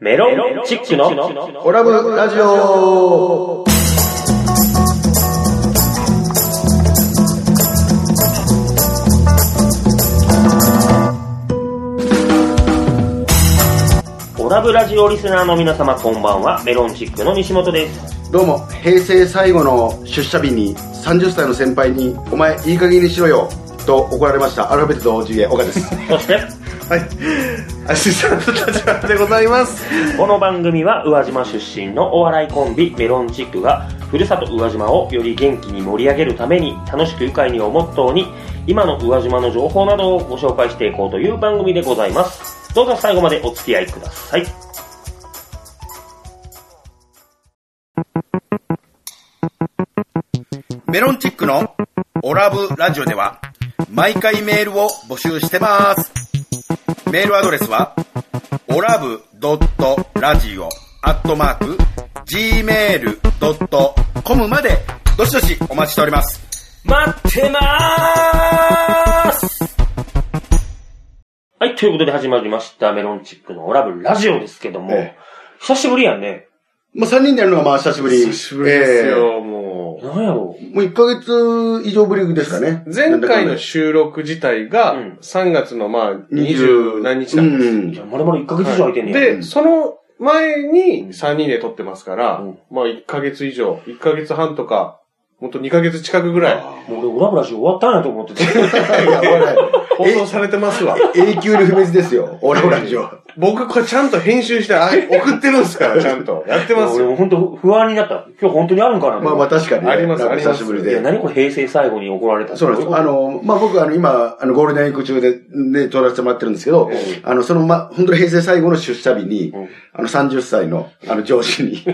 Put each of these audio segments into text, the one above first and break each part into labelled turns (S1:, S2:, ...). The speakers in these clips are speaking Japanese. S1: メロンチックの
S2: コラムラジオ
S1: オラブラジオリスナーの皆様こんばんは、メロンチックの西本です。
S2: どうも平成最後の出社日に30歳の先輩に「お前いい加減にしろよ」と怒られましたアルファベットとおじげ岡です
S1: そして、
S2: はいアシスタント立花でございます
S1: この番組は宇和島出身のお笑いコンビメロンチックが、ふるさと宇和島をより元気に盛り上げるために、楽しく愉快にをモットーに、今の宇和島の情報などをご紹介していこうという番組でございます。どうぞ最後までお付き合いください。
S3: メロンチックのオラブラジオでは毎回メールを募集してます。メールアドレスはオラブドットラジオアットマーク gmail.com までどしどしお待ちしております。
S1: 待ってまーすはい、ということで始まりました、メロンチックのオラブラジオですけども、
S2: ええ
S1: 久しぶりやんね。
S2: まあ3人でやるのはまあ久しぶり
S4: 久しぶりですよ、も
S1: なんやろう
S2: えーもう1ヶ月以上ぶりですかね
S4: う。前回
S2: なんだかんだ
S4: の収録自体が
S1: うん
S4: 3月のまあ
S2: 20
S4: 20何日だっ
S2: うん
S1: じゃあ、まるまる1ヶ
S4: け
S1: 月以上空いてんねや。
S4: で、その前
S1: うん
S4: に3人で撮ってますから
S1: うん、
S4: まあ1ヶ月以上、1ヶ月半とか、もっと2ヶ月近くぐらい
S1: もう俺、オラブラジオ終わったんやと思ってて。
S2: い やこれ
S4: 放送されてますわ。
S2: 永久に不滅ですよオラブラジオ
S4: 僕これちゃんと編集してあ送ってるんですから、ちゃんと。やってます
S1: 俺
S4: よ。
S1: も本当不安になった。今日本当にあるんかな
S2: まあまあ確かにね
S4: あります
S2: なんか
S4: あります
S2: 久しぶり
S1: いや、
S2: で
S1: 何これ平成最後に怒られた
S2: そうなんです。あ、の、まあ、僕、あの、今、あの、ゴールデンウィーク中で、で、撮らせてもらってるんですけど、
S1: え
S2: あの、その、ま、本当に平成最後の出社日に、
S1: うん
S2: あの、30歳の、あの、上 司に、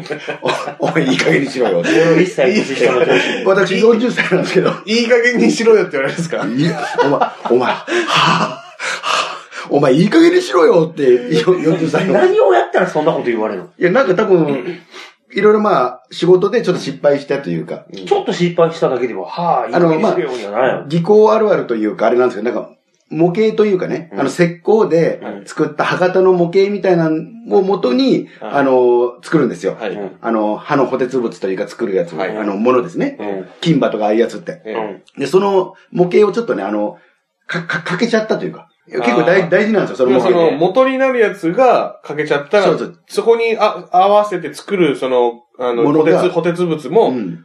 S2: おお前、いい加減にしろよ。
S1: 1歳年下の上司に
S2: 私、40歳なんですけど、
S4: いい加減にしろよって言われるんですか
S2: いやお前、お前、はあ、はあ、お前、いい加減にしろよって、よ40歳の。い
S1: 何をやったらそんなこと言われるの
S2: や、なんか多分、いろいろまあ、仕事でちょっと失敗したというか、
S1: ちょっと失敗しただけでは、はぁ、いい
S2: あ
S1: 加
S2: の
S1: 減にしろようにはならないの。
S2: 技巧あるあるというか、あれなんですけど、なんか、模型というかね、
S1: うん
S2: あの、石膏で作った博多の模型みたいなのを元に、
S1: はい
S2: あの、作るんですよ。
S4: はい。
S1: うん
S2: あの、歯の補鉄物というか作るやつ、
S4: はい
S2: あの、ものですね。
S1: うん
S2: 金歯とかああいうやつって。
S4: え
S1: うん
S2: で、その模型をちょっとね、あの、か、か、かけちゃったというか。結構
S4: あ
S2: 大
S4: ー
S2: 大事なんです
S4: そ
S2: よ、その模型
S4: の
S2: ね。
S4: 元になるやつが欠けちゃったら、
S2: そう
S4: そ
S2: そう
S4: こにあ合わせて作る、その、あの、
S2: もの
S4: 補
S2: が
S4: 鉄、補鉄物も、
S2: うん。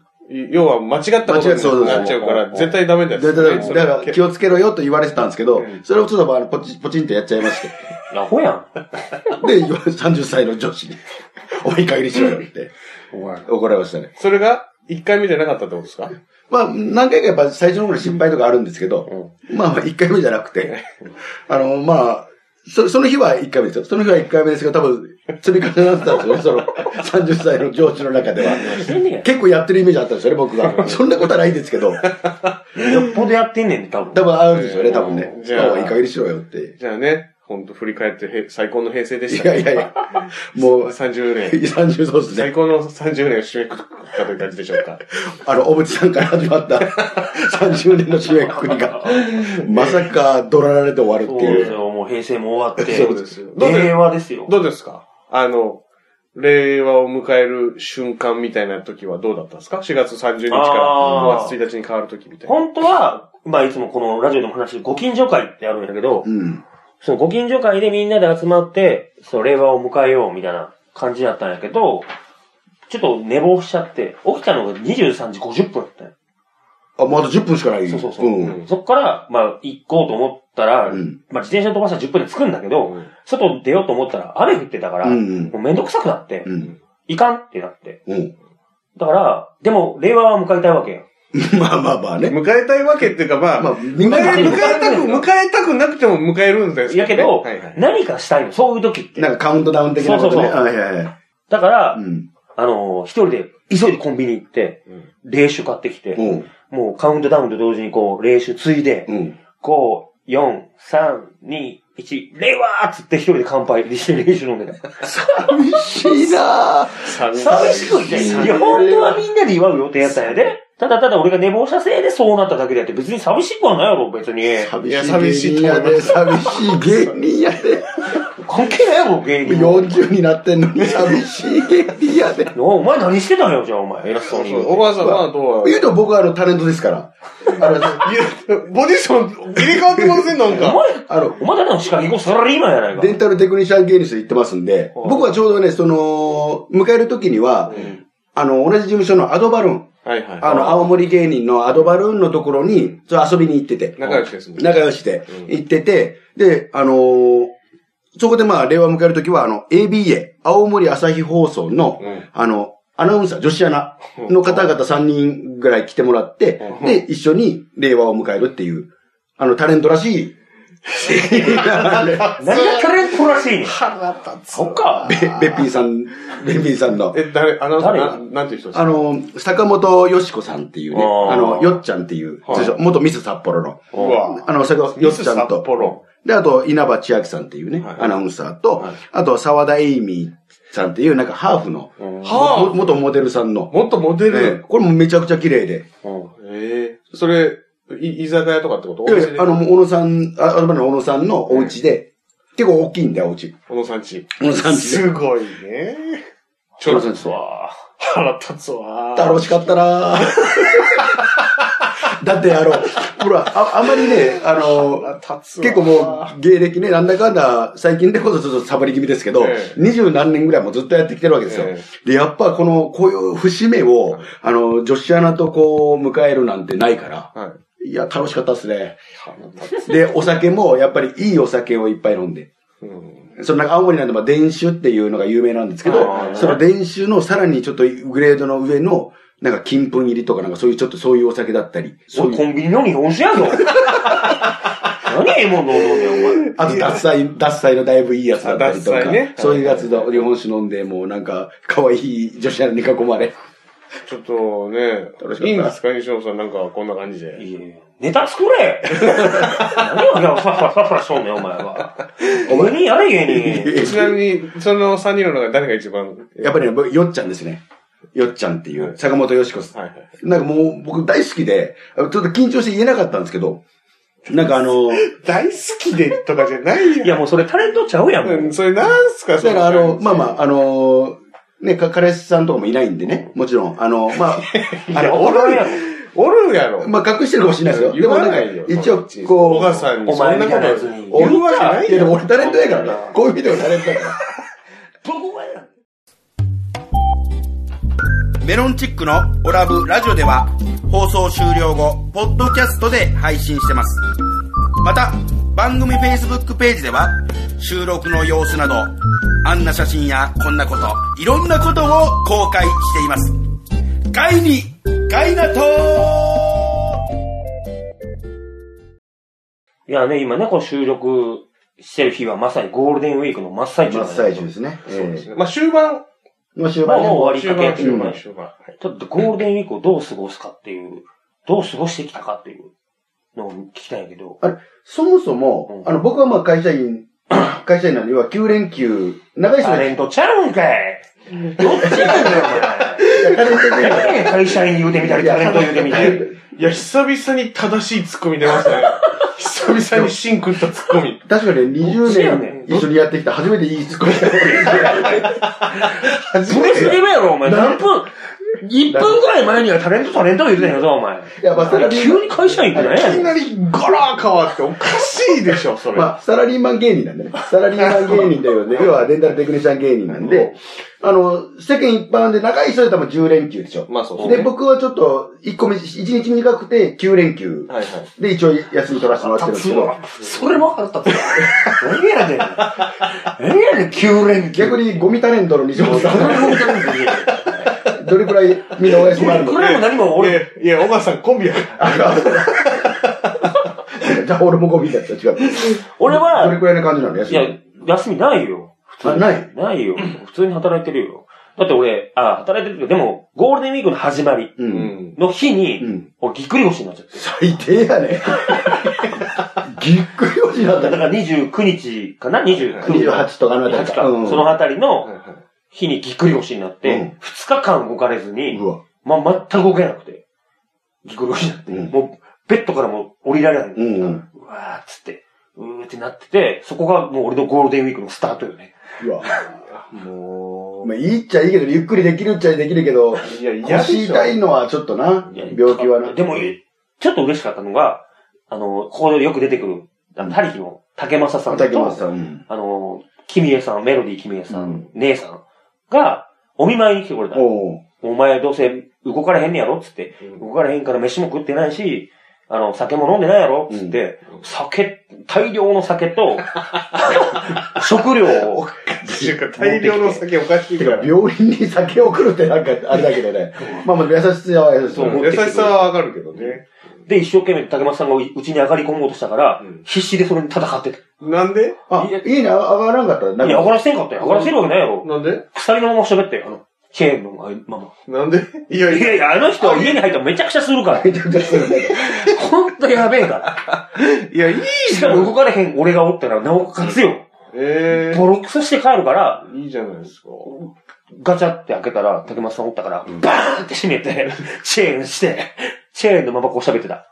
S4: 要は間違ったことになっちゃうか
S1: 間違ったそうそう
S4: ら、
S1: そう
S4: 絶対ダメだ
S2: だ
S4: よ。
S2: だだだから気
S4: を
S2: をつけろよと言われてたんですけど
S4: うん、
S2: それをちょっとあのポチポチンとやっちゃいまして。
S1: アホやん。
S2: で、30歳の女子に、お前いい加減にしろよって怒られましたね。
S4: それが、一回目じゃなかったってことですか
S2: まあ、何回かやっぱ最初の方に失敗とかあるんですけど、まあまあ、1回目じゃなくて、あの、まあ、そその日は1回目ですよ。その日は1回目ですけど、多分、積み重なってたんですよね、その30歳の上司の中では。
S1: してんねんや。
S2: 結構やってるイメージあったんですよね、僕が。そんなことはないですけど、
S1: よっぽどやってんねんで、多分。
S2: 多分あるんですよね、多分ね。
S4: じゃあ
S2: もういい加減にしろよって。
S4: じゃあね、ほんと振り返ってへ、最高の平成で
S2: い
S4: したね。
S2: やいやいや、もう、
S4: 30年。
S2: 30そうで す
S4: 最
S2: ね。
S4: 高の30年を締めくくったという感じでしょうか。
S2: あの、小渕さんから始まった30年の締めくくりが、まさか怒られて終わるって
S1: そうです
S2: いう。
S1: よ、もう平成も終わって。
S2: そう
S4: ですよどうで
S1: 令和ですよ。
S4: どうですかあの、令和を迎える瞬間みたいな時はどうだったんですか ?4 月30日から
S1: あー
S4: 5月1日に変わる時みたいな。
S1: 本当は、まあいつもこのラジオでも話してるご近所会ってあるんだけど、
S2: うん。
S1: そのご近所会でみんなで集まって、その令和を迎えようみたいな感じだったんやけど、ちょっと寝坊しちゃって、起きたのが23時50分だったんや。
S2: あ、まだ10分しかない。
S1: そうそうそう
S2: うん
S1: そっから、まあ行こうと思ったら、
S2: うん
S1: まあ自転車飛ばしたら10分で着くんだけど、
S4: うん
S1: 外出ようと思ったら雨降ってたから、
S2: うん
S1: もうめんどくさくなって、
S2: うん。
S1: いかんってなって。
S2: うん。
S1: だから、でも令和は迎えたいわけや。
S2: まあまあまあね。
S4: 迎えたいわけっていうか、まあ、
S2: まあ、み
S4: 迎
S2: んな
S4: え
S2: が、
S4: 迎えたく、迎えたくなくても迎えるんです
S1: や
S4: よ、ね。
S1: けど、
S4: はいはい
S1: 何かしたいの、そういう時って。
S2: なんかカウントダウン的なことね。
S1: そうそうそう
S2: はいはいはい。
S1: だから、
S2: うん。
S1: あのー一人で、急いでコンビニ行って、
S4: うん
S1: 冷酒買ってきて、
S2: うん。
S1: もうカウントダウンと同時にこう、練習ついで、
S2: うん。
S1: 5、4、3、2、1、令和っつって一人で乾杯して練習飲んでた。
S2: 寂しいなぁ。
S1: 寂しくて、いや、本当はみんなで祝う予定やったんやで。ただただ俺が寝坊したせいでそうなっただけであって、別に寂しくはないやろ、別に。
S2: 寂
S4: いや
S2: しい芸人やで、寂しい芸人やで。
S1: 関係ないやろ、芸人。
S2: 40になってんのに寂しいエリアで。
S1: おお前何してたんよ、じゃあ、お前。偉そうに言うて。
S4: おばあさんはどう
S2: 言うと僕はあのタレントですから。あの、
S4: ボディション入れ替わってませんなん
S1: お
S4: か。
S1: 前、
S2: あの
S1: お前だけのシカゴサラリーマンやないか。
S2: デンタルテクニシャン芸人室行ってますんで、
S1: はい
S2: 僕はちょうどね、その、迎える時には、あの、同じ事務所のアドバルーン、
S4: はいはい。
S2: あの、青森芸人のアドバルーンのところに、ちょっと遊びに行ってて、
S4: 仲良しですもんね。
S2: 仲良しで
S4: うん
S2: 行ってて、で、あのーそこでまあ、令和を迎える時は、あの、ABA、青森朝日放送の、
S4: うん
S2: あの、アナウンサー、女子アナの方々3人ぐらい来てもらって、
S4: うん
S2: で、一緒に令和を迎えるっていう、あの、タレントらし い、
S1: 何がタレントらしいねん。
S4: 腹立つ。
S1: そっか。
S2: べべっぴーさん、べっぴーさんの、
S4: え、誰、あの、
S1: 誰
S4: ななんていう人です
S2: あ
S4: か
S2: の、坂本よしこさんっていうね、
S1: あー
S2: あの、よっちゃんっていう、
S4: はい
S2: 通称元ミス札幌の、
S4: うわ
S2: あの、坂本よ
S4: ミ
S2: っちゃん
S4: ス札幌
S2: と、で、あと、稲葉千秋さんっていうね、
S4: はい
S2: アナウンサーと、
S4: はい
S2: あと、沢田エイミーさんっていう、なんか、ハーフの、
S4: ハーフ
S2: も元モデルさんの、
S4: もっとモデ
S2: ええ
S4: ル。
S2: これもめちゃくちゃ綺麗で、
S4: ええ。それ、い居酒屋とかってこと
S2: いやいやあの、、もう小野さん、あ、あの、小野さんのお家で、結構大きいんだよ、お家。
S4: 小野さんち。
S2: 小野さん家
S4: す
S2: で。
S4: ごいね。ち
S2: 小
S4: ょ
S2: 野
S4: っと
S2: さん家で。
S1: わ
S4: 腹立つわ。
S2: 楽しかった なぁだって、あの、ほら、あ、あんまりね、あの、
S4: 腹立つわ。
S2: 結構もう芸歴ね、なんだかんだ、最近でこそちょっとサボり気味ですけど
S4: ええ、
S2: 二十、何年ぐらいもうずっとやってきてるわけですよ。
S4: え
S2: で、やっぱこの、こういう節目を、あの、女子アナとこう、迎えるなんてないから、
S4: はい。
S2: いや、楽しかったですね。で、お酒も、やっぱりいいお酒をいっぱい飲んで。
S4: うん
S2: そのなんか青森なんで、まあ、電酒っていうのが有名なんですけ
S1: あ
S2: ど、
S1: ー
S2: その電酒のさらにちょっとグレードの上の、なんか金粉入りとかなんかそういうちょっとそういうお酒だったり、
S1: そ
S2: そ
S1: れ
S2: ういう、
S1: コンビニの日本酒やぞ。何ええもん飲んでんねん、
S2: あと脱菜、脱菜のだいぶいいやつだったりと
S4: あ獺
S2: か、
S4: 祭ね
S2: そういうやつだ、日本酒飲んで、もうなんか可愛い女子アナに囲まれ。
S4: ちょっとね
S2: 楽しかっ、た
S4: いいんですか西野さんなんかこんな感じ
S1: お前。
S4: で。
S1: いやいやネタ作れ何をフラフラフラフラしとんねん、お前は。芸人やれ、芸人。
S4: ちなみに、その3人の中で誰が一番
S2: やっぱりね、僕よっちゃんですね。よっちゃんっていう、坂本よしこさん。
S4: はいはい。
S2: なんかもう僕大好きで、ちょっと緊張して言えなかったんですけど、なんかあの、
S4: 大好きでとかじゃない よ
S1: いや、もうそれタレントちゃうやん、も
S4: うん、
S1: う。
S4: それなんすか
S2: だからあの、まあま
S4: あ。
S2: あ、あの、ね、か彼氏さんとかもいないんでね、もちろん、あの、まあ、
S4: あ
S2: あ
S4: れ、
S2: の、
S4: おるやろ。おるやろ。
S2: まあ隠してるかもしれないですよ。
S4: 言
S2: でも
S4: わ
S2: なん
S4: ないよ
S2: か、。一応、こう、
S4: お母さんに
S1: お
S4: そ
S1: 前
S4: んな
S1: み
S4: こ
S1: たいなやつ
S4: と
S1: に
S4: 言うわけない
S2: いや
S4: や
S2: でも
S4: ろ。
S2: 俺タレントやからな。こういうビデオタレントやから。
S1: 僕はやん。
S3: メロンチックのオラブラジオでは放送終了後、ポッドキャストで配信してます。また、番組 Facebook ページでは収録の様子など、あんな写真やこんなこと、いろんなことを公開しています。ガイに、ガイナトー
S1: いやね、今ね、こう収録してる日はまさにゴールデンウィークの真っ最中
S2: 真
S1: な
S2: っ
S1: ん
S2: 最中ですね。え
S4: まあ終盤、
S2: えもう終
S1: えまあ
S2: 盤
S1: もう
S2: ね。
S1: 終わ
S4: 終
S1: りか
S4: 盤、
S1: け、
S4: 終
S1: 終
S4: 盤、
S1: 盤
S4: 終盤。はい
S1: ちょっとゴールデンウィークをどう過ごすかっていう、どう過ごしてきたかっていうのを聞きたいんやけど。
S2: そもそも、
S1: うん
S2: あの、僕はまあ会社員、 会社員なのには9連休、長い人
S1: タ
S2: は
S1: レントちゃうんかいどっちなんだよ、
S2: いやタレント
S1: お前。
S2: で
S1: 何やねん会社員言うてみたり、タレント言うてみたり。
S4: いや、久々に正しいツッコミ出ましたね。久々にシンクったツッコミ。
S2: 確かにね
S1: どっちや
S2: 20
S1: ね
S2: 年
S1: ん
S2: 一緒にやってきた初めていいツッコミだ
S1: それすればやろ、お前。何分 ?1 分ぐらい前にはタレント、タレント言うてんやぞ、お前。
S2: いやまあそれはね
S1: 急に会社員って何や
S4: いき
S1: ねん。
S4: なりガラー変わっておかしいでしょ、それ。
S2: まあ、サラリーマン芸人なんでね。サラリーマン芸人というね、要はデンタルテクニシャン芸人なんで、あの、世間一般で長い人で多分10連休でしょ。
S4: まあそうですね
S2: で、僕はちょっと、1個目、1日短くて9連休。
S4: はいはい。
S2: で、一応休み取らせてもらってるんですけど、
S1: それも腹立つわ。何やねん。何やねん、9連休。
S2: 逆にゴミタレントの西本さ
S1: それも
S2: ん、
S1: 本当にいい
S2: どれくらいみんなお休みあるの
S1: これも何も
S4: い
S1: 俺、
S4: や、いや、小川さんコンビやから。
S2: じゃあ俺もゴミだった、違う。
S1: 俺
S2: どれ
S1: は、
S2: くらいの感じなの休
S1: い
S2: み。
S1: や、休みないよ。
S2: あ、ない。
S1: ないよ。普通に働いてるよ。だって俺、あ、働いてるけど、でも、ゴールデンウィークの始まり
S2: う。
S4: うんん。
S1: の日
S2: う
S1: に、
S2: ん。
S1: 俺ぎっくり腰になっちゃって。
S2: 最低やね。ぎっくり腰になっ
S1: だ
S2: た
S1: か
S2: から
S1: 29日かな ?29
S2: 28とかあの辺
S1: 28
S2: り
S1: か。
S2: か。うん
S1: そのあたり
S4: はい
S1: の
S4: はい
S1: 日にぎっくり腰になっ
S2: う
S1: て
S2: ん、
S1: 2日間動かれずに
S2: う、わ。
S1: まあ、全く動けなくて。ぎっくり腰になって。
S2: うん
S1: もう、ベッドからもう降りられない。
S2: うん。
S1: うわーっつって。うーってなってて、そこがもう俺のゴールデンウィークのスタートよね。
S2: うわ。
S4: も
S2: まあ、いいっちゃいいけど、ゆっくりできるっちゃできるけど、
S4: う、いや、嫌で
S2: 腰
S4: しょ。
S2: 痛いのはちょっとな、病気はな。
S1: でも、ちょっと嬉しかったのが、あの、ここでよく出てくる、あの、タリヒの竹正さんと、
S2: 竹松さん。うん
S1: あの、君江さん、メロディー君江さん、
S2: うん
S1: 姉さんが、お見舞いに来てくれた。
S2: おう
S1: お前どうせ動かれへんねやろっつって、
S4: うん
S1: 動かれへんから飯も食ってないし、あの、酒も飲んでないやろっつって、酒、大量の酒と、 食料を、
S4: っていうか大量の酒おかしい
S2: て
S4: か
S2: か、
S4: ら。
S2: 病院に酒を送るってなんか、あれだけど ね。まあまあ、優しさは優しさ
S1: そう。持っ
S4: 優
S1: てきて
S4: しさはわかるけどね。
S1: で、一生懸命竹松さんがうちに上がり込もうとしたから、
S4: うん
S1: 必死でそれに戦ってた。
S4: なんで
S2: あ、家に上がらんかったら、なん
S1: いや、上
S2: か、
S1: がらせんかったよ。上がらせるわけないやろ。
S4: なんで
S1: 鎖のまま喋って、あの、チェーンのまま。
S4: なんで いや
S1: い
S4: いや、
S1: やいや、あの人は家に入ったらめちゃくちゃするから。
S2: めちゃくちゃするんだけど。
S1: ほんとやべえから。
S4: いや、いい
S1: し
S4: じ
S1: か
S4: ゃ
S1: も
S4: ん。
S1: 動かれへん俺がおったら、なおかつよ。
S4: え
S1: ボロクソして帰るから、
S4: え。いいじゃないですか。
S1: ガチャって開けたら、竹松さんおったから、バーンって閉めて、チェーンして、チェーンのままこう喋ってた。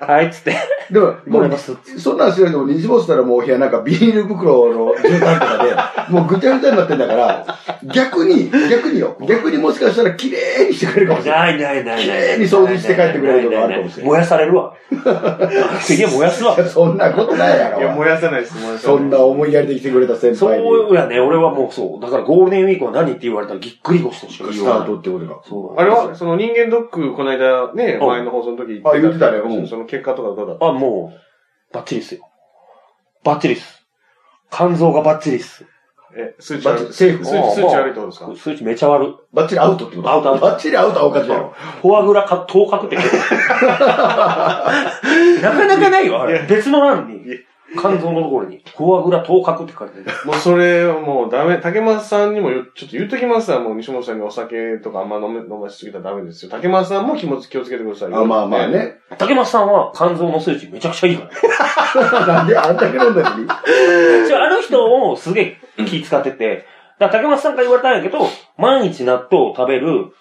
S1: はい、っつって。
S2: でも、
S1: も
S2: も
S1: らいうます。
S2: そんなんしてるでも、日没したらもうお部屋なんかビニール袋の絨毯と かで、もうぐちゃぐちゃになってんだから、逆に、逆によ、逆にもしかしたら綺麗にしてくれるかもしれない。
S1: ないないないない。
S2: 綺麗に掃除して帰ってくれるとかあるかもしれない
S1: 燃やされるわ。家燃やすわ
S2: い。やそんなことないや
S4: いや、
S2: ろ。
S4: 燃やさないです、燃やさ
S2: そ
S4: ない
S2: んな思いやりで来てくれた先輩に。
S1: そうやね、俺はもうそう。だからゴールデンウィークは何って言われたらぎっくり腰としか言
S2: スタ
S1: わ
S2: ー
S1: ない
S2: ト。ってことか。
S1: そう
S4: あれは、その人間ドック、この間ね、
S1: うん
S4: 前の放送の時言ってた
S2: あ言ってたねうん
S4: その結果とかどうだった
S1: あ、もう、バッチリっすよ。バッチリっす。肝臓がバッチリっす。
S4: え、数値
S2: バ
S4: 悪
S2: ッチ
S4: い。
S2: リ
S4: 数
S2: セー
S4: 値
S2: フ
S4: 数値悪いってことですか
S1: 数値めちゃ悪い。
S2: バッチリアウトってこと
S1: アウトアウト
S2: バッチリアウトはおかしいやろ。
S1: フォアグラか、頭角って。なかなかないよ、あれ。別の欄に
S4: いや、
S1: 肝臓のところに、フォアグラ頭角って書いてある。
S4: もうそれはもうダメ。竹松さんにもよちょっと言っときますわ。もう西本さんにお酒とかあんま飲め、飲ましすぎたらダメですよ。竹松さんも気持ち気をつけてくださいよ。
S2: あまあまあ。ね。
S1: 竹松さんは肝臓の数値めちゃくちゃいいから。
S2: なんであんだけ飲んだのに。
S1: じゃあ、あの人もすげえ気使ってて、だから竹松さんから言われたんやけど、毎日納豆を食べる、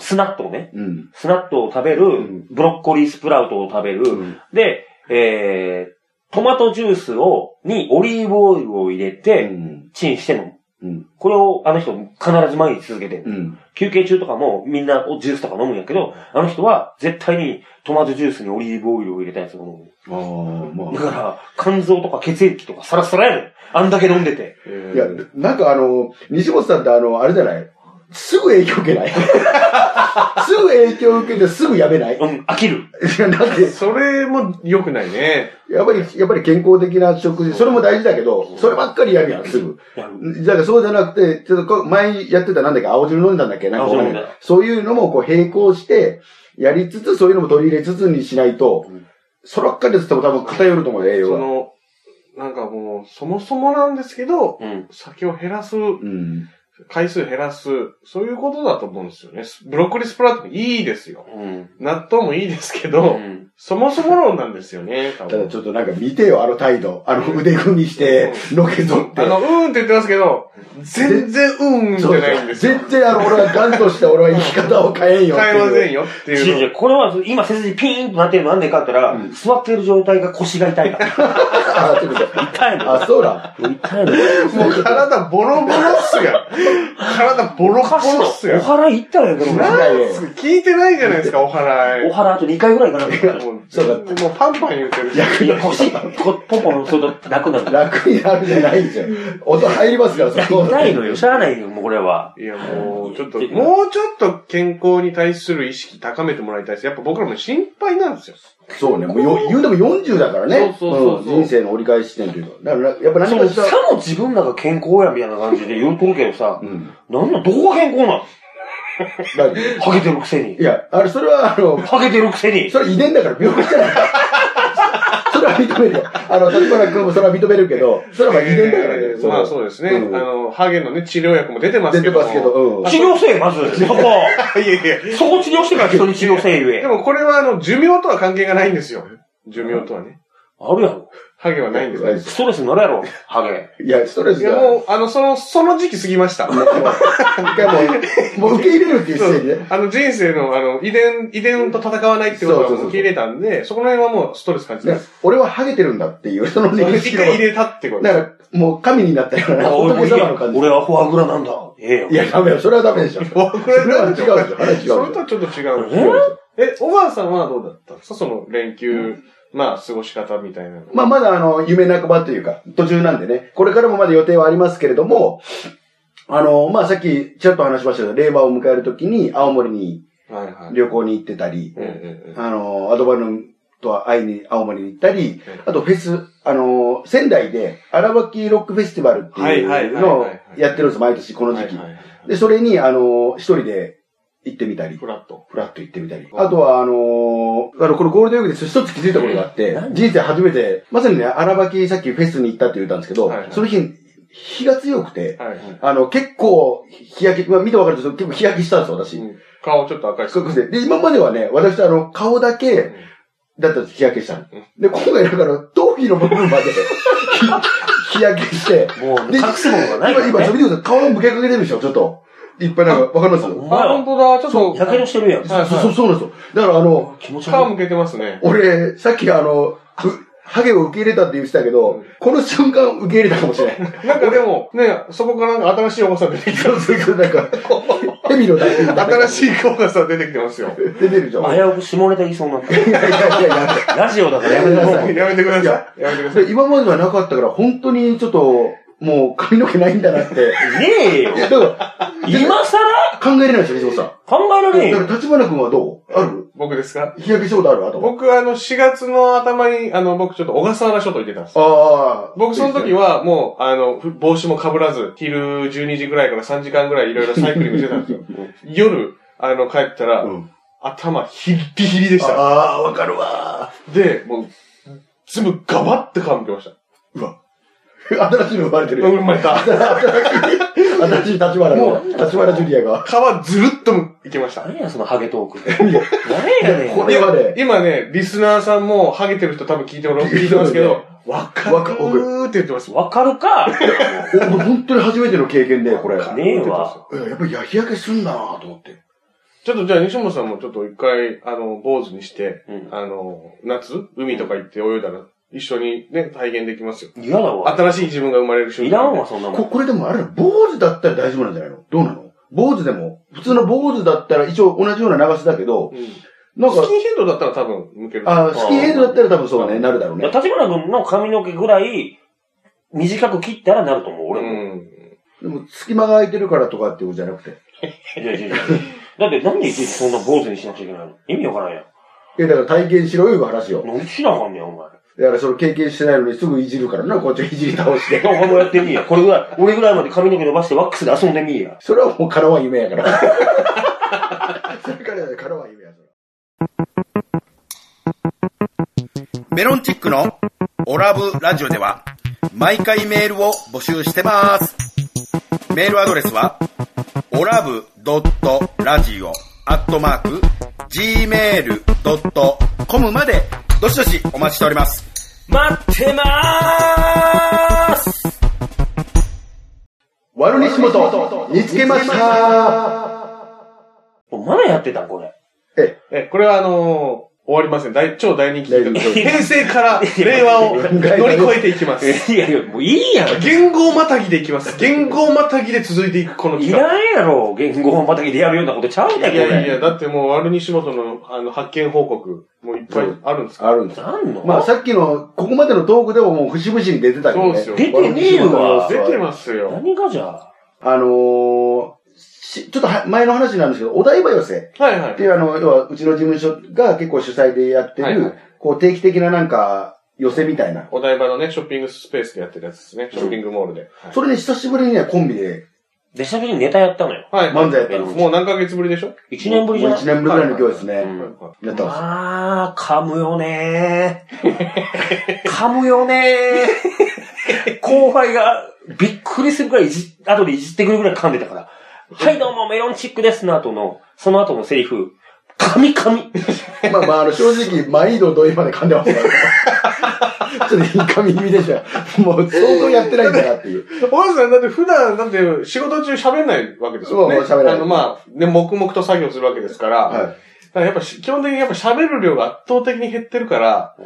S1: スナットをね、
S2: うん。
S1: スナットを食べる
S2: ん、
S1: ブロッコリースプラウトを食べる、
S2: ん
S1: で、えー、トマトジュースを、にオリーブオイルを入れ
S2: う
S1: て、
S2: ん。
S1: チンして飲む。
S2: うん。
S1: これをあの人必ず毎日続けてる、
S2: うん。
S1: 休憩中とかもみんなジュースとか飲むんやけど、あの人は絶対にトマトジュースにオリーブオイルを入れたやつを飲む。
S2: ああ、ま
S1: だから、肝臓とか血液とかサラサラやねん。あんだけ飲んでて。
S4: え
S2: いや
S4: ー、、
S2: なんかあの、西本さんってあの、あれじゃないすぐ影響受けない すぐ影響受けてすぐやめないい
S1: うん、飽きる。
S2: や、なんで、
S4: それも良くないね。
S2: やっぱり、やっぱり健康的な食事、それも大事だけど、そればっかりやるやん、すぐ。
S1: やる
S2: だからそうじゃなくて、ちょっとこう前やってたなんだっけ、青汁飲んだんだっけなんかわか
S1: 青
S2: んない
S1: 汁飲んだ
S2: そういうのもこう並行して、やりつつ、そういうのも取り入れつつにしないと、そればっかりですと多分偏ると思うよ、栄養
S4: そ
S2: が。
S4: の、なんかもう、そもそもなんですけど、
S1: うん。
S4: 酒を減らす、
S2: うん。
S4: 回数減らす、そういうことだと思うんですよね。ブロッコリースプラウトもいいですよ。
S1: うん。
S4: 納豆もいいですけど、
S1: うん
S4: そもそも論なんですよね、多
S2: ただ
S4: 分。
S2: ちょっとなんか見てよ、あの態度。あの腕組みして、のけぞって
S4: あ。の、うーんって言ってますけど、全然うーんじゃないんですよ。
S2: 全然あの、俺は頑として俺は生き方を変えんよって
S4: 買えま
S2: い
S4: せ。
S2: うん
S4: よって
S1: 違う
S4: いう
S1: 違
S4: の。
S1: う、これは今背筋ピーンとなってるのなんでかって言ったら、座ってる状態が腰が痛いから。
S2: あ、そういうこ と
S1: 痛いの。
S2: あ、そうだ。
S1: 痛いの。
S4: もう体ボロボロっすやん。体ボロ
S1: おかし
S4: ボロっす
S1: い
S4: や
S1: お
S4: ん。
S1: 祓い行ったらやけど、
S2: な
S1: 俺
S4: なんすか聞いてないじゃないですか、お祓
S1: お
S4: い。
S1: 祓いあと2回ぐらい行かなきゃいけない
S4: もう
S2: そうだ
S4: もうパンパン言うてるし。
S1: いや、腰、ポポンポン、それと楽になる。
S2: 楽になるんじゃないんですよ。音入りますから、そこ
S1: 痛いのよ、しゃあないよ、もうこれは。
S4: いや、もう、ちょっと、もうちょっと健康に対する意識高めてもらいたいです。やっぱ僕らも心配なんですよ。
S2: そうね。も うよ言うても40だからね。
S4: そうそうそうそう
S2: うん人生の折り返し地点というか。だから、やっぱ
S1: そ
S2: 何
S1: の
S2: かし
S1: さ
S2: た。
S1: も自分らが健康やみたいな感じで言うとるけどさ
S2: う、ん。
S1: なんなん、どこが健康なの
S2: だって
S1: ハゲてるくせに
S2: い。や、あれ、それは、あの、
S1: ハゲてるくせに。
S2: それ遺伝だから病気じゃないから。それは認めるよ。あの、立花君もそれは認めるけど、それはまあ遺伝だから
S4: え
S2: ね。
S4: ー
S2: れは
S4: まあそうですね。
S2: うん
S4: あの、ハゲのね、治療薬も出てます
S2: 出
S4: け
S2: て
S4: ども。
S2: ますけど、うん。
S1: 治療せえ、まず。そこ。
S4: いやいや。
S1: そこ治療してから人に治療せえ、ゆ
S4: で
S1: え。
S4: もこれはあの、寿命とは関係がないんですよ。寿命とはね。
S1: あるやろ。
S4: ハゲはないんですね。
S1: ストレスになるやろ、ハゲ。
S2: いや、ストレス
S4: いや、
S2: が、
S4: もう、あの、その、その時期過ぎました。
S2: 一回もう、もう受け入れるっていう姿勢でね。
S4: あの人生の、あの、遺伝、遺伝と戦わないってことは
S2: そうそうそう
S4: もう受け入れたんで、そこの辺はもうストレス感じて
S2: ね
S4: ます。
S2: 俺はハゲてるんだっていう、その
S4: それ
S2: 認
S4: で
S2: 識
S4: 一
S2: の
S4: 回入れたってこと
S2: だから、もう神になったような男様の感じ。
S1: 俺はフォアグラなんだ。ええ
S2: いや、ダメよ。それはダメでしょ。
S4: わこれ
S2: それは違うでしょ。話違うでし
S4: それと
S2: ょ。
S4: はちょっと違うんですよえ、おばあさんはどうだったんですかその連休、まあ、過ごし方みたいなの。
S2: まあ、まだあの、夢半ばというか、途中なんでね、これからもまだ予定はありますけれども、あの、まあ、さっきちょっと話しましたけど、令和を迎えるときに青森に
S4: はいはい。
S2: 旅行に行ってたり、
S4: うんうん
S2: あの、アドバルーンとは会いに青森に行ったり
S4: うん、
S2: あとフェス、あの、仙台で荒脇ロックフェスティバルって
S4: はいいはいはいうはい
S2: のを
S4: はい
S2: やってるんです、毎年こ
S4: う
S2: の
S4: ん。は
S2: 時
S4: い
S2: 期
S4: は。い。
S2: で、それに、あの、一人で行ってみたり
S4: フ、ラット。
S2: フラッと行ってみたり。
S4: うん
S2: あとは、あのーあの、このゴールデンウィークで一つ気づいたことがあって、人生初めて、まさにね、荒ばきさっきフェスに行ったって言ったんですけど、
S4: はいはい
S2: その日、日が強くて、
S4: はいはい。
S2: あの、結構、日焼け、まあ、見てわかるんですけど、結構日焼けしたんですよ、私。
S4: うん顔ちょっと赤いっす
S2: そうですねで、今まではね、私あの、顔だ
S4: う
S2: け
S4: ん、
S2: だったんです、日焼けしたの
S4: うん。
S2: で、今回だから、頭皮の部分まで、 ひ日焼けして、
S1: もう、
S2: で
S1: 隠すものがないか
S2: 今、
S1: ら、ね。
S2: 今、それ見てください。顔の向けかけてるでしょ、ちょっと。いっぱいなんか、わかります
S1: お
S4: あ、
S1: 前
S4: 本
S1: は、
S4: 当だ。ちょっと、
S1: やけどしてるやん。
S4: はいはい
S2: そうそうそうなんですよ。だからあの、
S1: 気持ち
S4: 顔
S1: 悪い。
S4: 向けてますね。
S2: 俺、さっきあの、うハゲを受け入れたって言ってたけど、
S4: うん
S2: この瞬間受け入れたかも しれない。
S4: なんかでも、ね、そこからなんか新しいおばさん出てき
S2: そう そうそう、なんか、蛇の大群
S4: た。新し
S2: い。
S4: いおばさん出てきてますよ。
S2: 出てるじゃん。い
S1: 危うく下ネタ言いそうになっ
S2: やいやいやい
S1: た。ラジオだからやめ
S2: やめな
S1: て
S2: さ
S1: も
S2: い
S4: やめてください。やめてください。
S2: や。今まではなかったから、本当にちょっと、もう髪の毛ないんだなって。
S1: う。ねえよ
S2: い。や、だから、
S1: 今更
S2: 考えれないでしょ、西本さ
S1: 考えら
S2: ん。
S1: れん
S2: だ
S1: よ。
S2: から、立花君はどうある
S4: 僕ですか
S2: 日焼けしたことあるあと。
S4: 僕、あの、4月の頭に、あの、僕ちょっと小笠原諸島行ってたんです。
S2: ああ。
S4: 僕その時は、もう、あの、ふ帽子も被らず、昼12時ぐらいから3時間ぐらいいろいろサイクリングしてたんですよ。夜、あの、帰ったら、
S2: うん
S4: 頭ヒッリヒリでした。
S2: ああー、わかるわ
S4: で、もう、全部ガバって噛んでました。
S2: ー。新しいの生まれてる。
S4: 生まれた。
S2: 新しい立花の、立花ジュリアが。
S4: 皮ずるっともいけました。
S1: 何や、そのハゲトーク。何やねん。
S2: これはね、
S4: 今ね、リスナーさんも、ハゲてる人多分聞いて もらう、聞いてますけど、わかる
S2: わかる
S4: ーって言ってます。
S1: わかるか
S2: お俺本当に初めての経験で、これ。いや
S1: ねえわ。
S2: やっぱり日焼けすんだなと思って。
S4: ちょっとじゃあ西本さんもちょっと一回、あの、坊主にして、
S1: うん
S4: あの、夏、海とか行って泳いだら、一緒にね、体現できますよ。
S1: 嫌だわ。
S4: 新しい自分が生まれる瞬間。
S1: いらんわ、。そんなも
S2: こ
S1: ん。
S2: これでもあれだ、坊主だったら大丈夫なんじゃないのどうなの坊主でも、普通の坊主だったら一応同じような長さだけど
S4: う、ん。ス
S2: なんか
S4: キ、ンヘッドだったら多分、向ける。
S2: あースキンヘッドだったら多分そうね、なるだろうね。
S1: 立花君の髪の毛ぐらい、短く切ったらなると思う、
S4: う
S1: 俺も。
S4: ん。
S2: でも、隙間が空いてるからとかってことじゃなくて。
S1: いやいやいやだって、なんでいちいちそんな坊主にしなきゃいけないの意味わからんやん。
S2: いや、だから体験しろよ、いう話よ。
S1: 何しなあかんねん、お前。
S2: だからそれ経験してないのにすぐいじるからな、こっちはいじり倒して。
S1: お前もやってみいや。これぐらい、俺ぐらいまで髪の毛伸ばしてワックスで遊んでみいや。
S2: それはもう叶わん夢やから。 それから叶わん夢やから。
S3: メロンチックのオラブラジオでは毎回メールを募集してます。メールアドレスはオラブドットラジオアットマーク gmail.com までどしどしお待ちしております。
S1: 待ってまーす
S2: 悪西本、見つけました
S1: まだやってたん、これ。
S2: え
S4: え、これはあのー終わりません。大超大人気
S2: 大人気
S4: 平成から令和 を乗り越えていきます。
S1: いやいや、もういいやろ。
S4: 言語またぎでいき ます。言語またぎで続いていくこの
S1: い
S4: 企画。
S1: らんやろ、言語またぎでやるようなことちゃうやん、こ
S4: い
S1: れ。
S4: やいや、だってもう、悪西本の、あの、発見報告、もういっぱいあるんですか
S2: あるんです。
S1: なんの、
S2: まあさっきの、ここまでのトークでももう節々に出てたけどね。
S4: そう
S1: ですよ出てねえわ
S4: 出てますよ。
S1: 何がじゃあ。
S2: あのー、しちょっとは前の話なんですけど、お台場寄せっ
S4: はいはい
S2: て。いうあの、要はうちの事務所が結構主催でやってる、
S4: はいはい
S2: こう定期的ななんか寄せみたいな。
S4: お台場のね、ショッピングスペースでやってるやつですね。ショッピングモールで。
S2: それね、久しぶりにね、コンビで
S1: で、久しぶりにネタやったのよ。
S4: はい。
S2: 漫才やったんです。
S4: もう何ヶ月ぶりでしょ
S1: 一年ぶりじゃない
S2: 1年ぶりぐらいの今日ですね。
S1: うん
S2: やったんですよ。
S1: まあ、噛むよねー。噛むよねー。後輩がびっくりするぐらいいじ、後でいじってくるぐらい噛んでたから。はい、どうも、メロンチックですの後の、その後のセリフ、神々
S2: まあまあ、あの、正直、毎度同意まで噛んでますから。ちょっと、噛み気味でした。もう、相当やってないんだなっていう。
S4: 大野さん、だって普段、だって仕事中喋んないわけですよね。
S2: そうもう喋らない
S4: あの、まあ、ね、黙々と作業するわけですから、だ
S2: は
S4: からやっぱし基本的にやっぱ喋る量が圧倒的に減ってるから、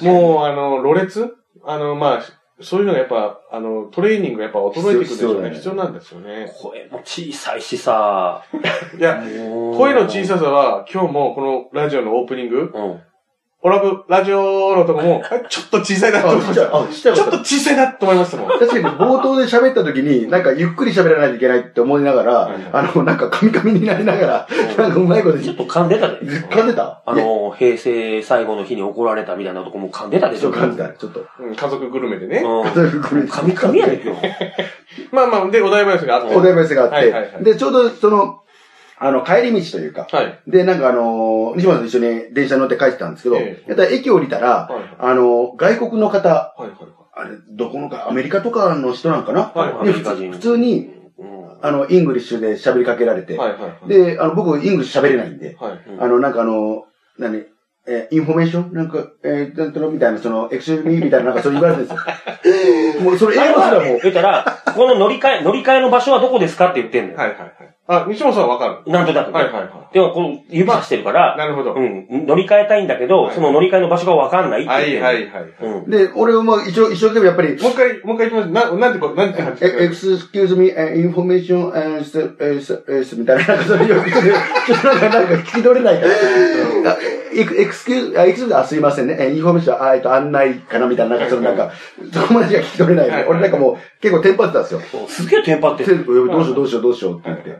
S2: い。
S4: もう、あの、ろれつあの、まあ、そういうのがやっぱ、あの、トレーニングがやっぱ衰えてくるんでしょうね。必
S2: 必
S4: 要なんですよね。
S1: 声も小さいしさ。
S4: いや、
S1: 声
S4: 声の小ささは、今日もこのラジオのオープニング、
S1: うん。
S4: オラブ、ラジオのとこも、あちょっと小さいなと思いま
S2: あ、
S4: し
S2: ち
S4: た。
S2: っちゃい、あ、 ちっちゃい
S4: ちょ
S2: こ
S4: っ
S2: と
S4: と小さいなと思いましたもん。
S2: 確かに冒頭で喋った時に、なんかゆっくり喋らないといけないって思いながら、
S4: うん
S2: あの、なんか噛み噛みになりながら、なんかうまいこと
S1: ちょっ、
S2: に
S1: と噛んでたで。
S2: 噛んでた
S1: あ
S2: いや
S1: の、平成最後の日に怒られたみたいなとこも噛んでたでし
S2: ちょ
S1: ょ。
S2: っと噛んでた、ちょっと。
S4: うん家族ぐるめでね。
S1: うん。
S2: 家族ぐるめ
S1: 噛み噛みやで、今日。
S4: まあまあ、で、お台場ですがあって。
S2: お台場寄せがあって、
S4: はいはいはい
S2: で、ちょうどその、あの、帰り道というか、
S4: はい。
S2: で、なんかあのー西村と一緒に電車に乗って帰ってたんですけど、
S4: え
S2: やったら駅降りたら、
S4: はい
S2: あのー外国の方、
S4: はいはいはい。
S2: あれ、どこのか、アメリカとかの人なんかな、
S4: はいはい
S2: で普通普通に、
S1: うん。
S2: あの、イングリッシュで喋りかけられて、
S4: はいはいはい。
S2: で、あの、僕、イングリッシュ喋れないんで、
S4: はい。
S1: うん
S2: あの、なんかあの、何えーインフォメーションなんか、えー、なんとのみたいな、その、エクシュミーみたいな、なんかそう言われてるんです よ。もう、それ、英語すらもう、
S1: 言ったら、ここの乗り換え、乗り換えの場所はどこですかって言ってんのよ。
S4: はいはいはい。あ、西本さんわか
S1: なんとな
S4: る
S1: く。
S4: はいはいは
S1: でも、この指さしてるか
S4: い。
S1: ら、
S4: なるほど。
S1: う
S4: はい
S1: ん、乗り換えたいんだけど
S4: は、い
S1: その乗り換えの場所がわかんないって
S4: は
S1: 言って
S4: い
S1: んの
S4: はいはい。
S1: うん。
S2: で、俺はもう、一応、一生懸命やっぱり、
S4: もう一回、もう一回行きます。な、なんてこ、なんて話
S2: え、エク
S4: し
S2: スキューズミ、え、インフォメーション、え、す、え、す、え、す、みたいな、なんかそういう、ちょっとなんか、なんか聞き取れないから。あエクエクスキューズ、あ、エクスキューズ、あ、すいませんね。え、インフォメーション、あ、えっと、案内かな、みたいな、なんか、その、なんか、そこまでしか聞き取れない
S4: はい
S2: で。俺なんかもう、結構テンパってたんですよ。
S1: すげえテンパって
S2: テ
S1: る。
S2: ンポ、どうしよう、どうしよう、どうしようって言って。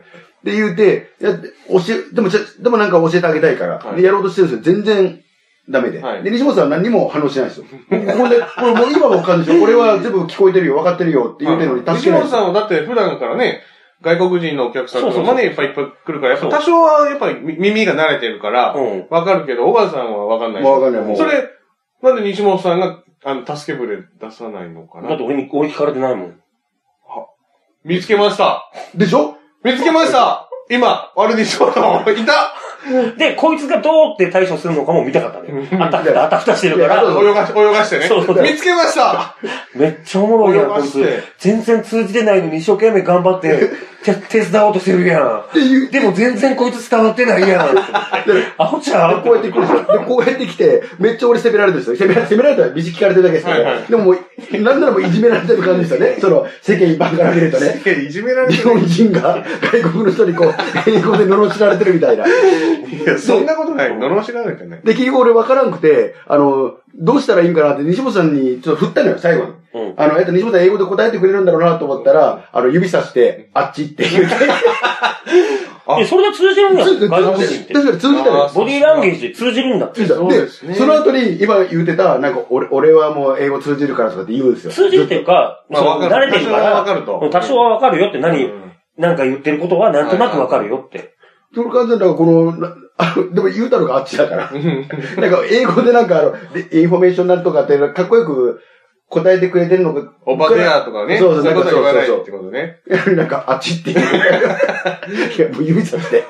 S2: で、言うて、やって、教え、でも、ちょでもなんか教えてあげたいから、
S4: はい
S2: でやろうとしてるんですよ。全然、ダメで。
S4: はい
S2: で、西本さんは何も反応しないんですよ。もう、これ、これもう今もわかるでしょ。俺は全部聞こえてるよ、分かってるよっ
S4: て
S2: て言うてるのに、
S4: はい
S2: 助
S4: 西
S2: けないん
S4: 本
S2: ですよ
S4: さんはだって普段からね、外国人のお客さんと
S1: そ
S4: か
S1: うそうそ
S4: も
S1: う
S4: ね、いっぱいいっぱい来るから、やっぱ
S1: そう
S4: 多少はやっぱり耳が慣れてるから、
S1: うん。
S4: わかるけど、小川さんはわかんない。
S2: もうわかんないもう
S4: それ、なんで西本さんが、あの、助け舟出さないのか
S1: だっ
S4: な
S1: て俺に、俺聞かれてないもん。
S4: 見つけました
S2: でしょ
S4: 見つけました今、あれ西本さん、いた
S1: で、こいつがどうって対処するのかも見たかったね。あたふた、あたふたしてるか
S2: いや
S1: ら、
S4: 泳がし、泳がしてね。
S1: そうそう
S4: 見つけました
S1: めっちゃおもろいやん、
S4: 泳
S1: こ
S4: が
S1: い
S4: して
S1: つ。全然通じてないのに一生懸命頑張って、て手伝おうとしてるや
S2: ってい
S1: ん。
S2: う。
S1: でも全然こいつ伝わってないやん。アホちゃ
S2: で
S1: う
S2: こうやって来るんですよ。で、こうやって来て、めっちゃ俺責められてるんですよ。責められ、責められたら道聞かれてるだけですから、ね
S4: はいはい
S2: でももう、なんならもういじめられてる感じですよね。その、世間一般から見るとね。
S4: いじめられ
S2: 日
S4: てる。
S2: 本人が外国の人にこう、英語で罵られてるみたいな。
S4: いや、そんなことない。のろしられてない。
S2: で、結局俺分からんくて、あの、どうしたらいいんかなって西本さんにちょっと振ったのよ、最後に。
S1: うん
S2: あの、やっぱ西本さん英語で答えてくれるんだろうなと思ったら、あの、指さして、あっちって言うて。
S1: え、それが通じるんや
S2: 通じ
S1: ん、
S2: て
S1: 外国人って。
S2: だから通じたのよ
S4: あ。
S1: ボディーランゲージで通じるんだって。
S4: そう
S2: で
S4: ですね
S2: その後に、今言うてた、なんか、俺、俺はもう英語通じるからとかって言うんですよ。
S1: 通じるっていうか、
S4: まあ
S1: その
S4: わか
S1: 慣
S4: る
S1: れてるか
S4: 多少は
S1: ら、
S4: わかると
S1: うん多少はわかるよって何、
S4: うん
S1: なんか言ってることはなんとなくわかるよって。
S2: その感じで、なんかこの、な あの、でも言うたのがあっちだから。なんか、英語でなんか、あの、でインフォメーションなんとかって、かっこよく答えてくれてるのが、
S4: オバデアとかね。
S2: そ
S4: そうう
S2: そう
S4: いうことは言わない
S2: そうそ
S4: っ
S2: うそう
S4: てことね。
S2: なんか、あっちっていう。いや、もう指さして。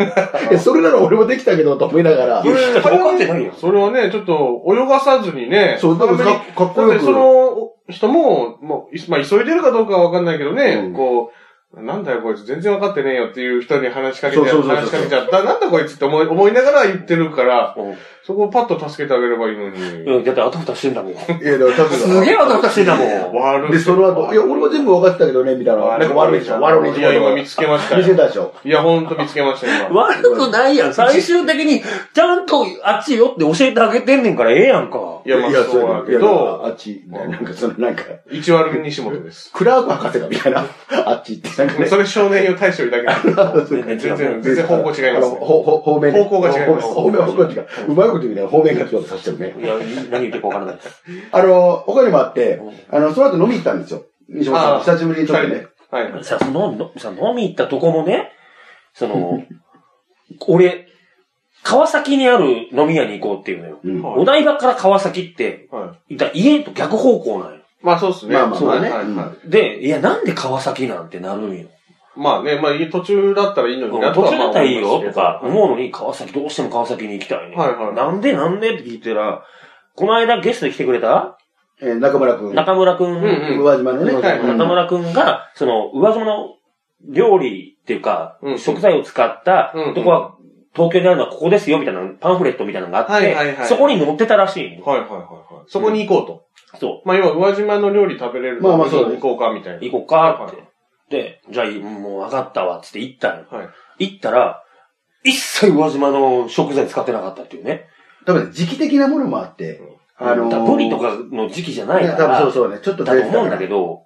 S2: いや、それなら俺もできたけど、と思いながら
S1: い。やだって分かってないよ
S4: それはね、ちょっと泳がさずにね。
S2: そうだからかかっこよく
S4: だってその人も、もう、いまあ、急いでるかどうかはわかんないけどね、
S2: うん
S4: こう、なんだよこいつ、全然わかってねえよっていう人に話しかけて、
S2: そうそうそうそう
S4: 話しかけちゃった。なんだこいつって思い、思いながら言ってるから、
S1: うん
S4: そこをパッと助けてあげればいいのに。
S1: うん、だってあたふたしてんだもん。
S2: いや、でも多分。
S1: すげえあたふたしてんだもん。
S4: 悪い。
S2: で、その後、いや、俺も全部分かってたけどね、みたいな。なんか悪いでしょ。悪いでしょ。
S4: いや、今見つけました
S2: 見せ
S4: よ。
S2: たでしょ。
S4: いや、ほんと見つけましたよ、今。
S1: 悪くないやん。最終的に、ちゃんとあっちよって教えてあげてんねんからええやんか。
S4: いや、まあ、そうだけ
S2: いやなんか
S4: ど、
S2: あっち、みたいななんか、その、なんか、
S4: 一割に西本です。
S2: クラーク博士がみたいな、 あっちって、なんかね
S4: そ。れ少年用大賞だけなんで
S1: 全然違
S4: 全
S1: う
S4: 然、全然方向違い
S2: あ
S4: ま
S2: の
S4: す、ね。
S2: ほほ方面ね
S4: 方向が違います
S2: 方面、方向が違う。うまいこと言うね。方面が違うとさしてるね。
S1: いや、何言ってるかわからないです。
S2: あの、他にもあって、あの、その後飲み行ったんですよ。西本さん
S4: あー
S2: と、久しぶりにちょっとね。
S4: はいはい。
S1: さ、その、のさ、飲み行ったとこもね、そ の、俺、川崎にある飲み屋に行こうっていうのよ。
S2: うん
S4: はい
S1: お台場から川崎って、
S4: はい
S1: た家と逆方向なんよ。
S4: い。まあそうっすね。
S2: まあまあ
S4: そう
S2: まあね
S4: はいはい
S2: うん
S4: はい
S1: で、いや、なんで川崎なんてなるんよ。
S4: まあね、まあいい途中だったらいいのになと
S1: 途
S4: は
S1: 中
S4: まあ
S1: だったらいいよ
S4: 思
S1: と
S4: ますけど
S1: か思うのに、川崎、どうしても川崎に行きたいね。
S4: はいはい
S1: なんでなんでって聞いたら、この間ゲストで来てくれた
S2: えー中村くん。
S1: 中村くん、
S4: うんうん
S2: 宇和島のね。
S4: はい
S2: うん
S1: 中村くんが、その、上島の料理っていうか、
S4: うん
S1: 食材を使った
S4: うん、
S1: とこは、東京にあるのはここですよ、みたいなパンフレットみたいなのがあって、
S4: はいはいはい
S1: そこに載ってたらしいの。
S4: はいはいはいはい。そこに行こうと。
S1: そ
S4: まあ要は、宇和島の料理食べれる
S2: まあまあそうだね
S4: 行こうかみたいな。
S1: う、行こうかって。
S4: は
S1: で、じゃあ、もう分かったわ、つって行ったの。
S4: はい。
S1: 行ったら、一切宇和島の食材使ってなかったっていうね。
S2: 多分ね時期的なものもあって、あのー、
S1: ブリとかの時期じゃない
S2: ね
S1: か
S2: 多分
S1: ら、
S2: そうそうね。ちょっと
S1: だと思うんだけど、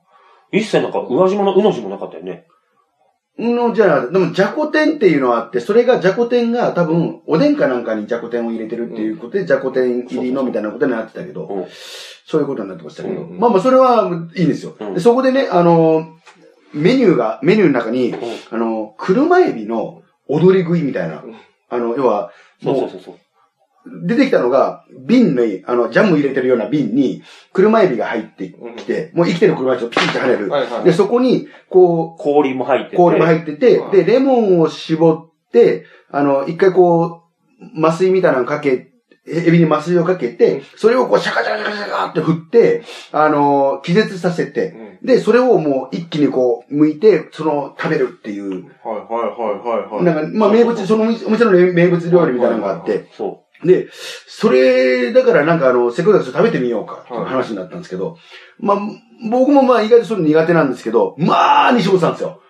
S1: 一切なんか、宇和島のうの字もなかったよね。
S2: の、じゃあ、でも、じゃこ天っていうのはあって、それがじゃこ天が多分、おでんかなんかにじゃこ天を入れてるっていうことで、じゃこ天入りのみたいなことになってたけ
S1: うん
S2: ど、そういうことになってましたけど、
S4: うん
S2: まあまあ、それはいいんですよ。
S1: うん
S2: でそこでね、あの、メニューが、メニューの中に、
S1: うん
S2: あの、車エビの踊り食いみたいな
S4: うん、
S2: あの、要は、
S1: そうそ
S2: も
S1: うそうそう。
S2: う、出てきたのが、瓶に、あの、ジャム入れてるような瓶に、車エビが入ってきて、もう生きてる車エビをピチンって跳ねる。
S4: はいはい。
S2: で、そこに、こう、
S1: 氷も入ってて。
S2: 氷も入ってて
S4: うん、
S2: で、レモンを絞って、あの、一回こう、麻酔みたいなのかけ、えエビに麻酔をかけて、それをこう、シャカシャカシャカシャカって振って、あの、気絶させて、
S4: うん
S2: で、それをもう一気にこう、剥いて、その、食べるっていう、
S4: はいはいはいはいはい。
S2: なんか、まあ、名物、そのお店お店の名物料理みたいなのがあっ
S4: は
S2: て、
S1: そ
S2: で、それ、だからなんかあの、せっかくだから食べてみようか、という話になったんですけど、まあ、僕もまあ意外とそういうの苦手なんですけど、まあ、西本さんですよ。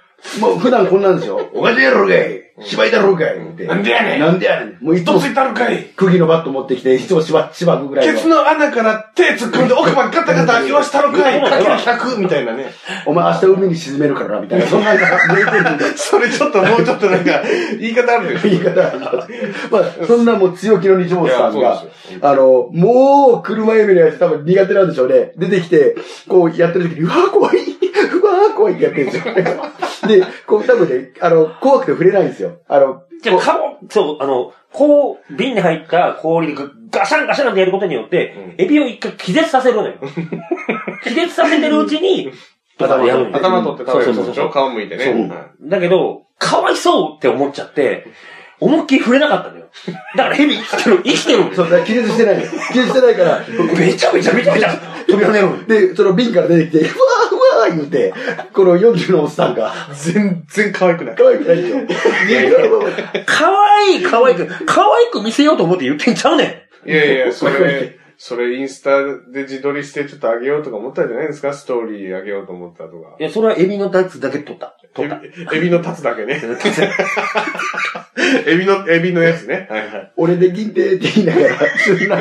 S2: まあ、普段こんなんで すよ。おかしいやろがい芝居だろうがいって。
S4: なんでやねん
S2: なんでやねんもういつ
S4: ど
S2: も
S4: ついたるかい
S2: 釘のバット持ってきて、いつも芝、芝くぐらい
S4: ケツ
S2: の。
S4: の穴から手突っ込んで奥までガタガタ言わしたろかい
S1: うん
S4: かける100みたいなね。
S2: お前明日海に沈めるからな、みたいな。そんな言い方、言い
S4: それちょっともうちょっとなんか、言い方あるでしょ。
S2: 方がありますまあ、そんなもう強気の西本さん
S4: いや
S2: が
S4: そうですよ、
S2: あの、もう車エビのやつ多分苦手なんでしょうね。出てきて、こうやってる時に、うわー怖い、 うわー怖いってやってるんですよ。で、こう多分ね、あの、怖くて触れないんですよ。あの、
S1: う。じゃあ、
S2: こう
S1: かも、そう、あの、こう、瓶に入った氷がガシャンガシャンってやることによって、エビを一回気絶させるの よ。気絶させてるうちに、とかでやるんだよ
S4: 頭取って食べるん
S1: そうそう
S4: でし
S1: そう
S4: ょ顔向いてね。
S2: そう
S4: はい
S1: だけど、かわいそうって思っちゃって、思いっきり触れなかったのよ。だからヘビ生きてる、生きてるんです
S2: そ
S1: よ。
S2: う、だから気絶してないの。気絶してないから、
S1: めちゃめちゃめちゃめちゃ飛び跳ねるのよ。
S2: で、その瓶から出てきて、うわーうわー言うて、この40のおっさんが、
S4: 全然可愛くない。
S2: 可愛くないんですよ。
S1: かわいい、かわいく、かわいく見せようと思って言ってんちゃうねん。
S4: いやいや、そ れ、それインスタで自撮りしてちょっとあげようとか思ったんじゃないですかストーリーあげようと思ったとか
S1: い。や、それはエビのダツだけ取った。取った。
S4: エビエビの立つだけね。エビの、エビのやつね。はいはい。
S2: 俺できんてーって言いながら、 そんな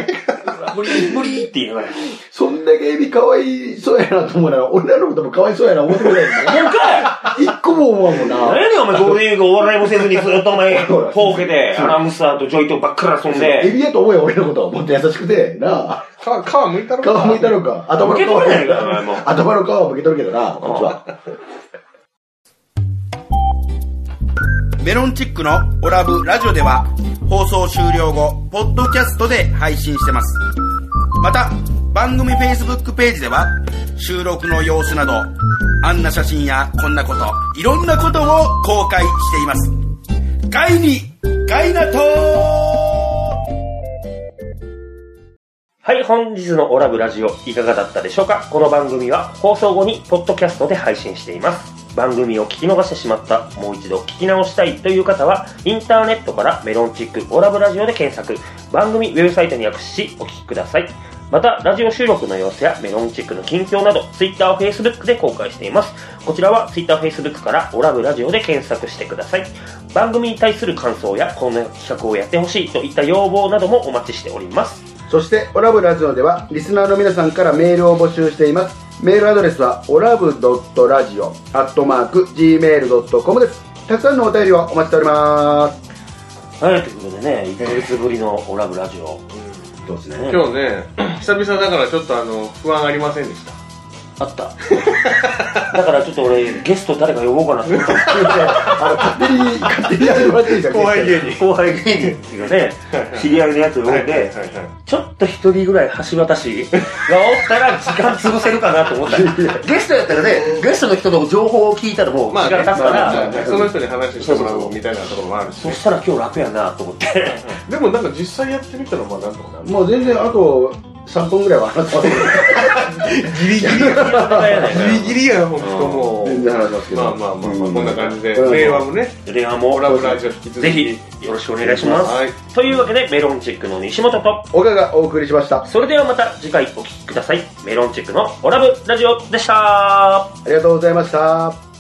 S1: 無理、無理って言いながら。
S2: そんだけエビかわいそうやなと思うなら、俺らのこともかわいそうやな思ってもないよ ね。
S1: もうか
S2: 一個も思わんもん
S1: い何
S2: な。
S1: やねんお前ゴールデンウィークお笑いもせずにずっとお前、フ
S2: そうだ
S1: ォークで、アナウンサーとジョイとばっかり遊ん
S2: エ
S1: で、
S2: ビやと思えよ、俺のことは。もっと優しくて、なあ。
S4: 皮、皮むいたろ
S2: 皮むいたのか。頭の皮は
S1: 剥けとるやないかお前もう
S2: 頭の皮はむけとるけどな、こっちは。
S3: メロンチックのオラブラジオでは放送終了後、ポッドキャストで配信してます。また、番組 Facebook ページでは収録の様子など、あんな写真やこんなこと、いろんなことを公開しています。ガイに、ガイナトー
S1: はい、本日のオラブラジオいかがだったでしょうかこの番組は放送後にポッドキャストで配信しています。番組を聞き逃してしまった、もう一度聞き直したいという方は、インターネットからメロンチックオラブラジオで検索、番組ウェブサイトにアクセスしお聞きください。また、ラジオ収録の様子やメロンチックの近況など、Twitter、Facebook で公開しています。こちらは Twitter、Facebook からオラブラジオで検索してください。番組に対する感想や、こんな企画をやってほしいといった要望などもお待ちしております。
S2: そして、オラブラジオでは、リスナーの皆さんからメールを募集しています。メールアドレスは、オラブドットラジオ、アットマーク、gmail.com です。たくさんのお便りをお待ちしております。
S1: はい、ということでね、1ヶ月ぶりのオラブラジオ。
S2: そうですね。
S1: ね
S4: 今日ね、久々だからちょっとあの、不安ありませんでした。
S1: あった。だからちょっと俺、ゲスト誰か呼ぼうかなと思って。
S2: あの、勝手に、勝手にやってもらっていいじゃん。
S4: 後輩芸人。
S1: 後輩芸人がね、知り合いのやつ呼ん
S4: はいはい
S1: で
S4: は、いはい
S1: ちょっと一人ぐらい橋渡しがおったら時間潰せるかなと思った。ゲストやったらね、ゲストの人の情報を聞いたらもう
S4: まあ
S1: 時間
S4: ね、
S1: 経つか
S4: まあ
S1: ら、
S4: ねその人に話してもらおうみたいなところもあるし
S1: そ
S4: ね。
S1: したら今日楽やなと思 って。
S4: でもなんか実際やってみたらまあなんとかなる。
S2: もう全然あと3分ぐらいは話せますけど
S4: ギリギリ。ギリギリや本
S1: 当も
S4: も
S2: 全然話せますけど。
S4: まあまあまあまあ、
S2: うん
S4: こんな感じで、
S2: うん
S4: 令和もね、
S1: レアも
S4: オラブラジオ引き続き。
S1: ぜひよろしくお願いします。
S4: はい。
S1: というわけでメロンチックの西本と、
S2: 岡がお送りしました。あ
S1: それではまた次回お聴きください。メロンチックのオラブラジオでした。
S2: りがとうございました。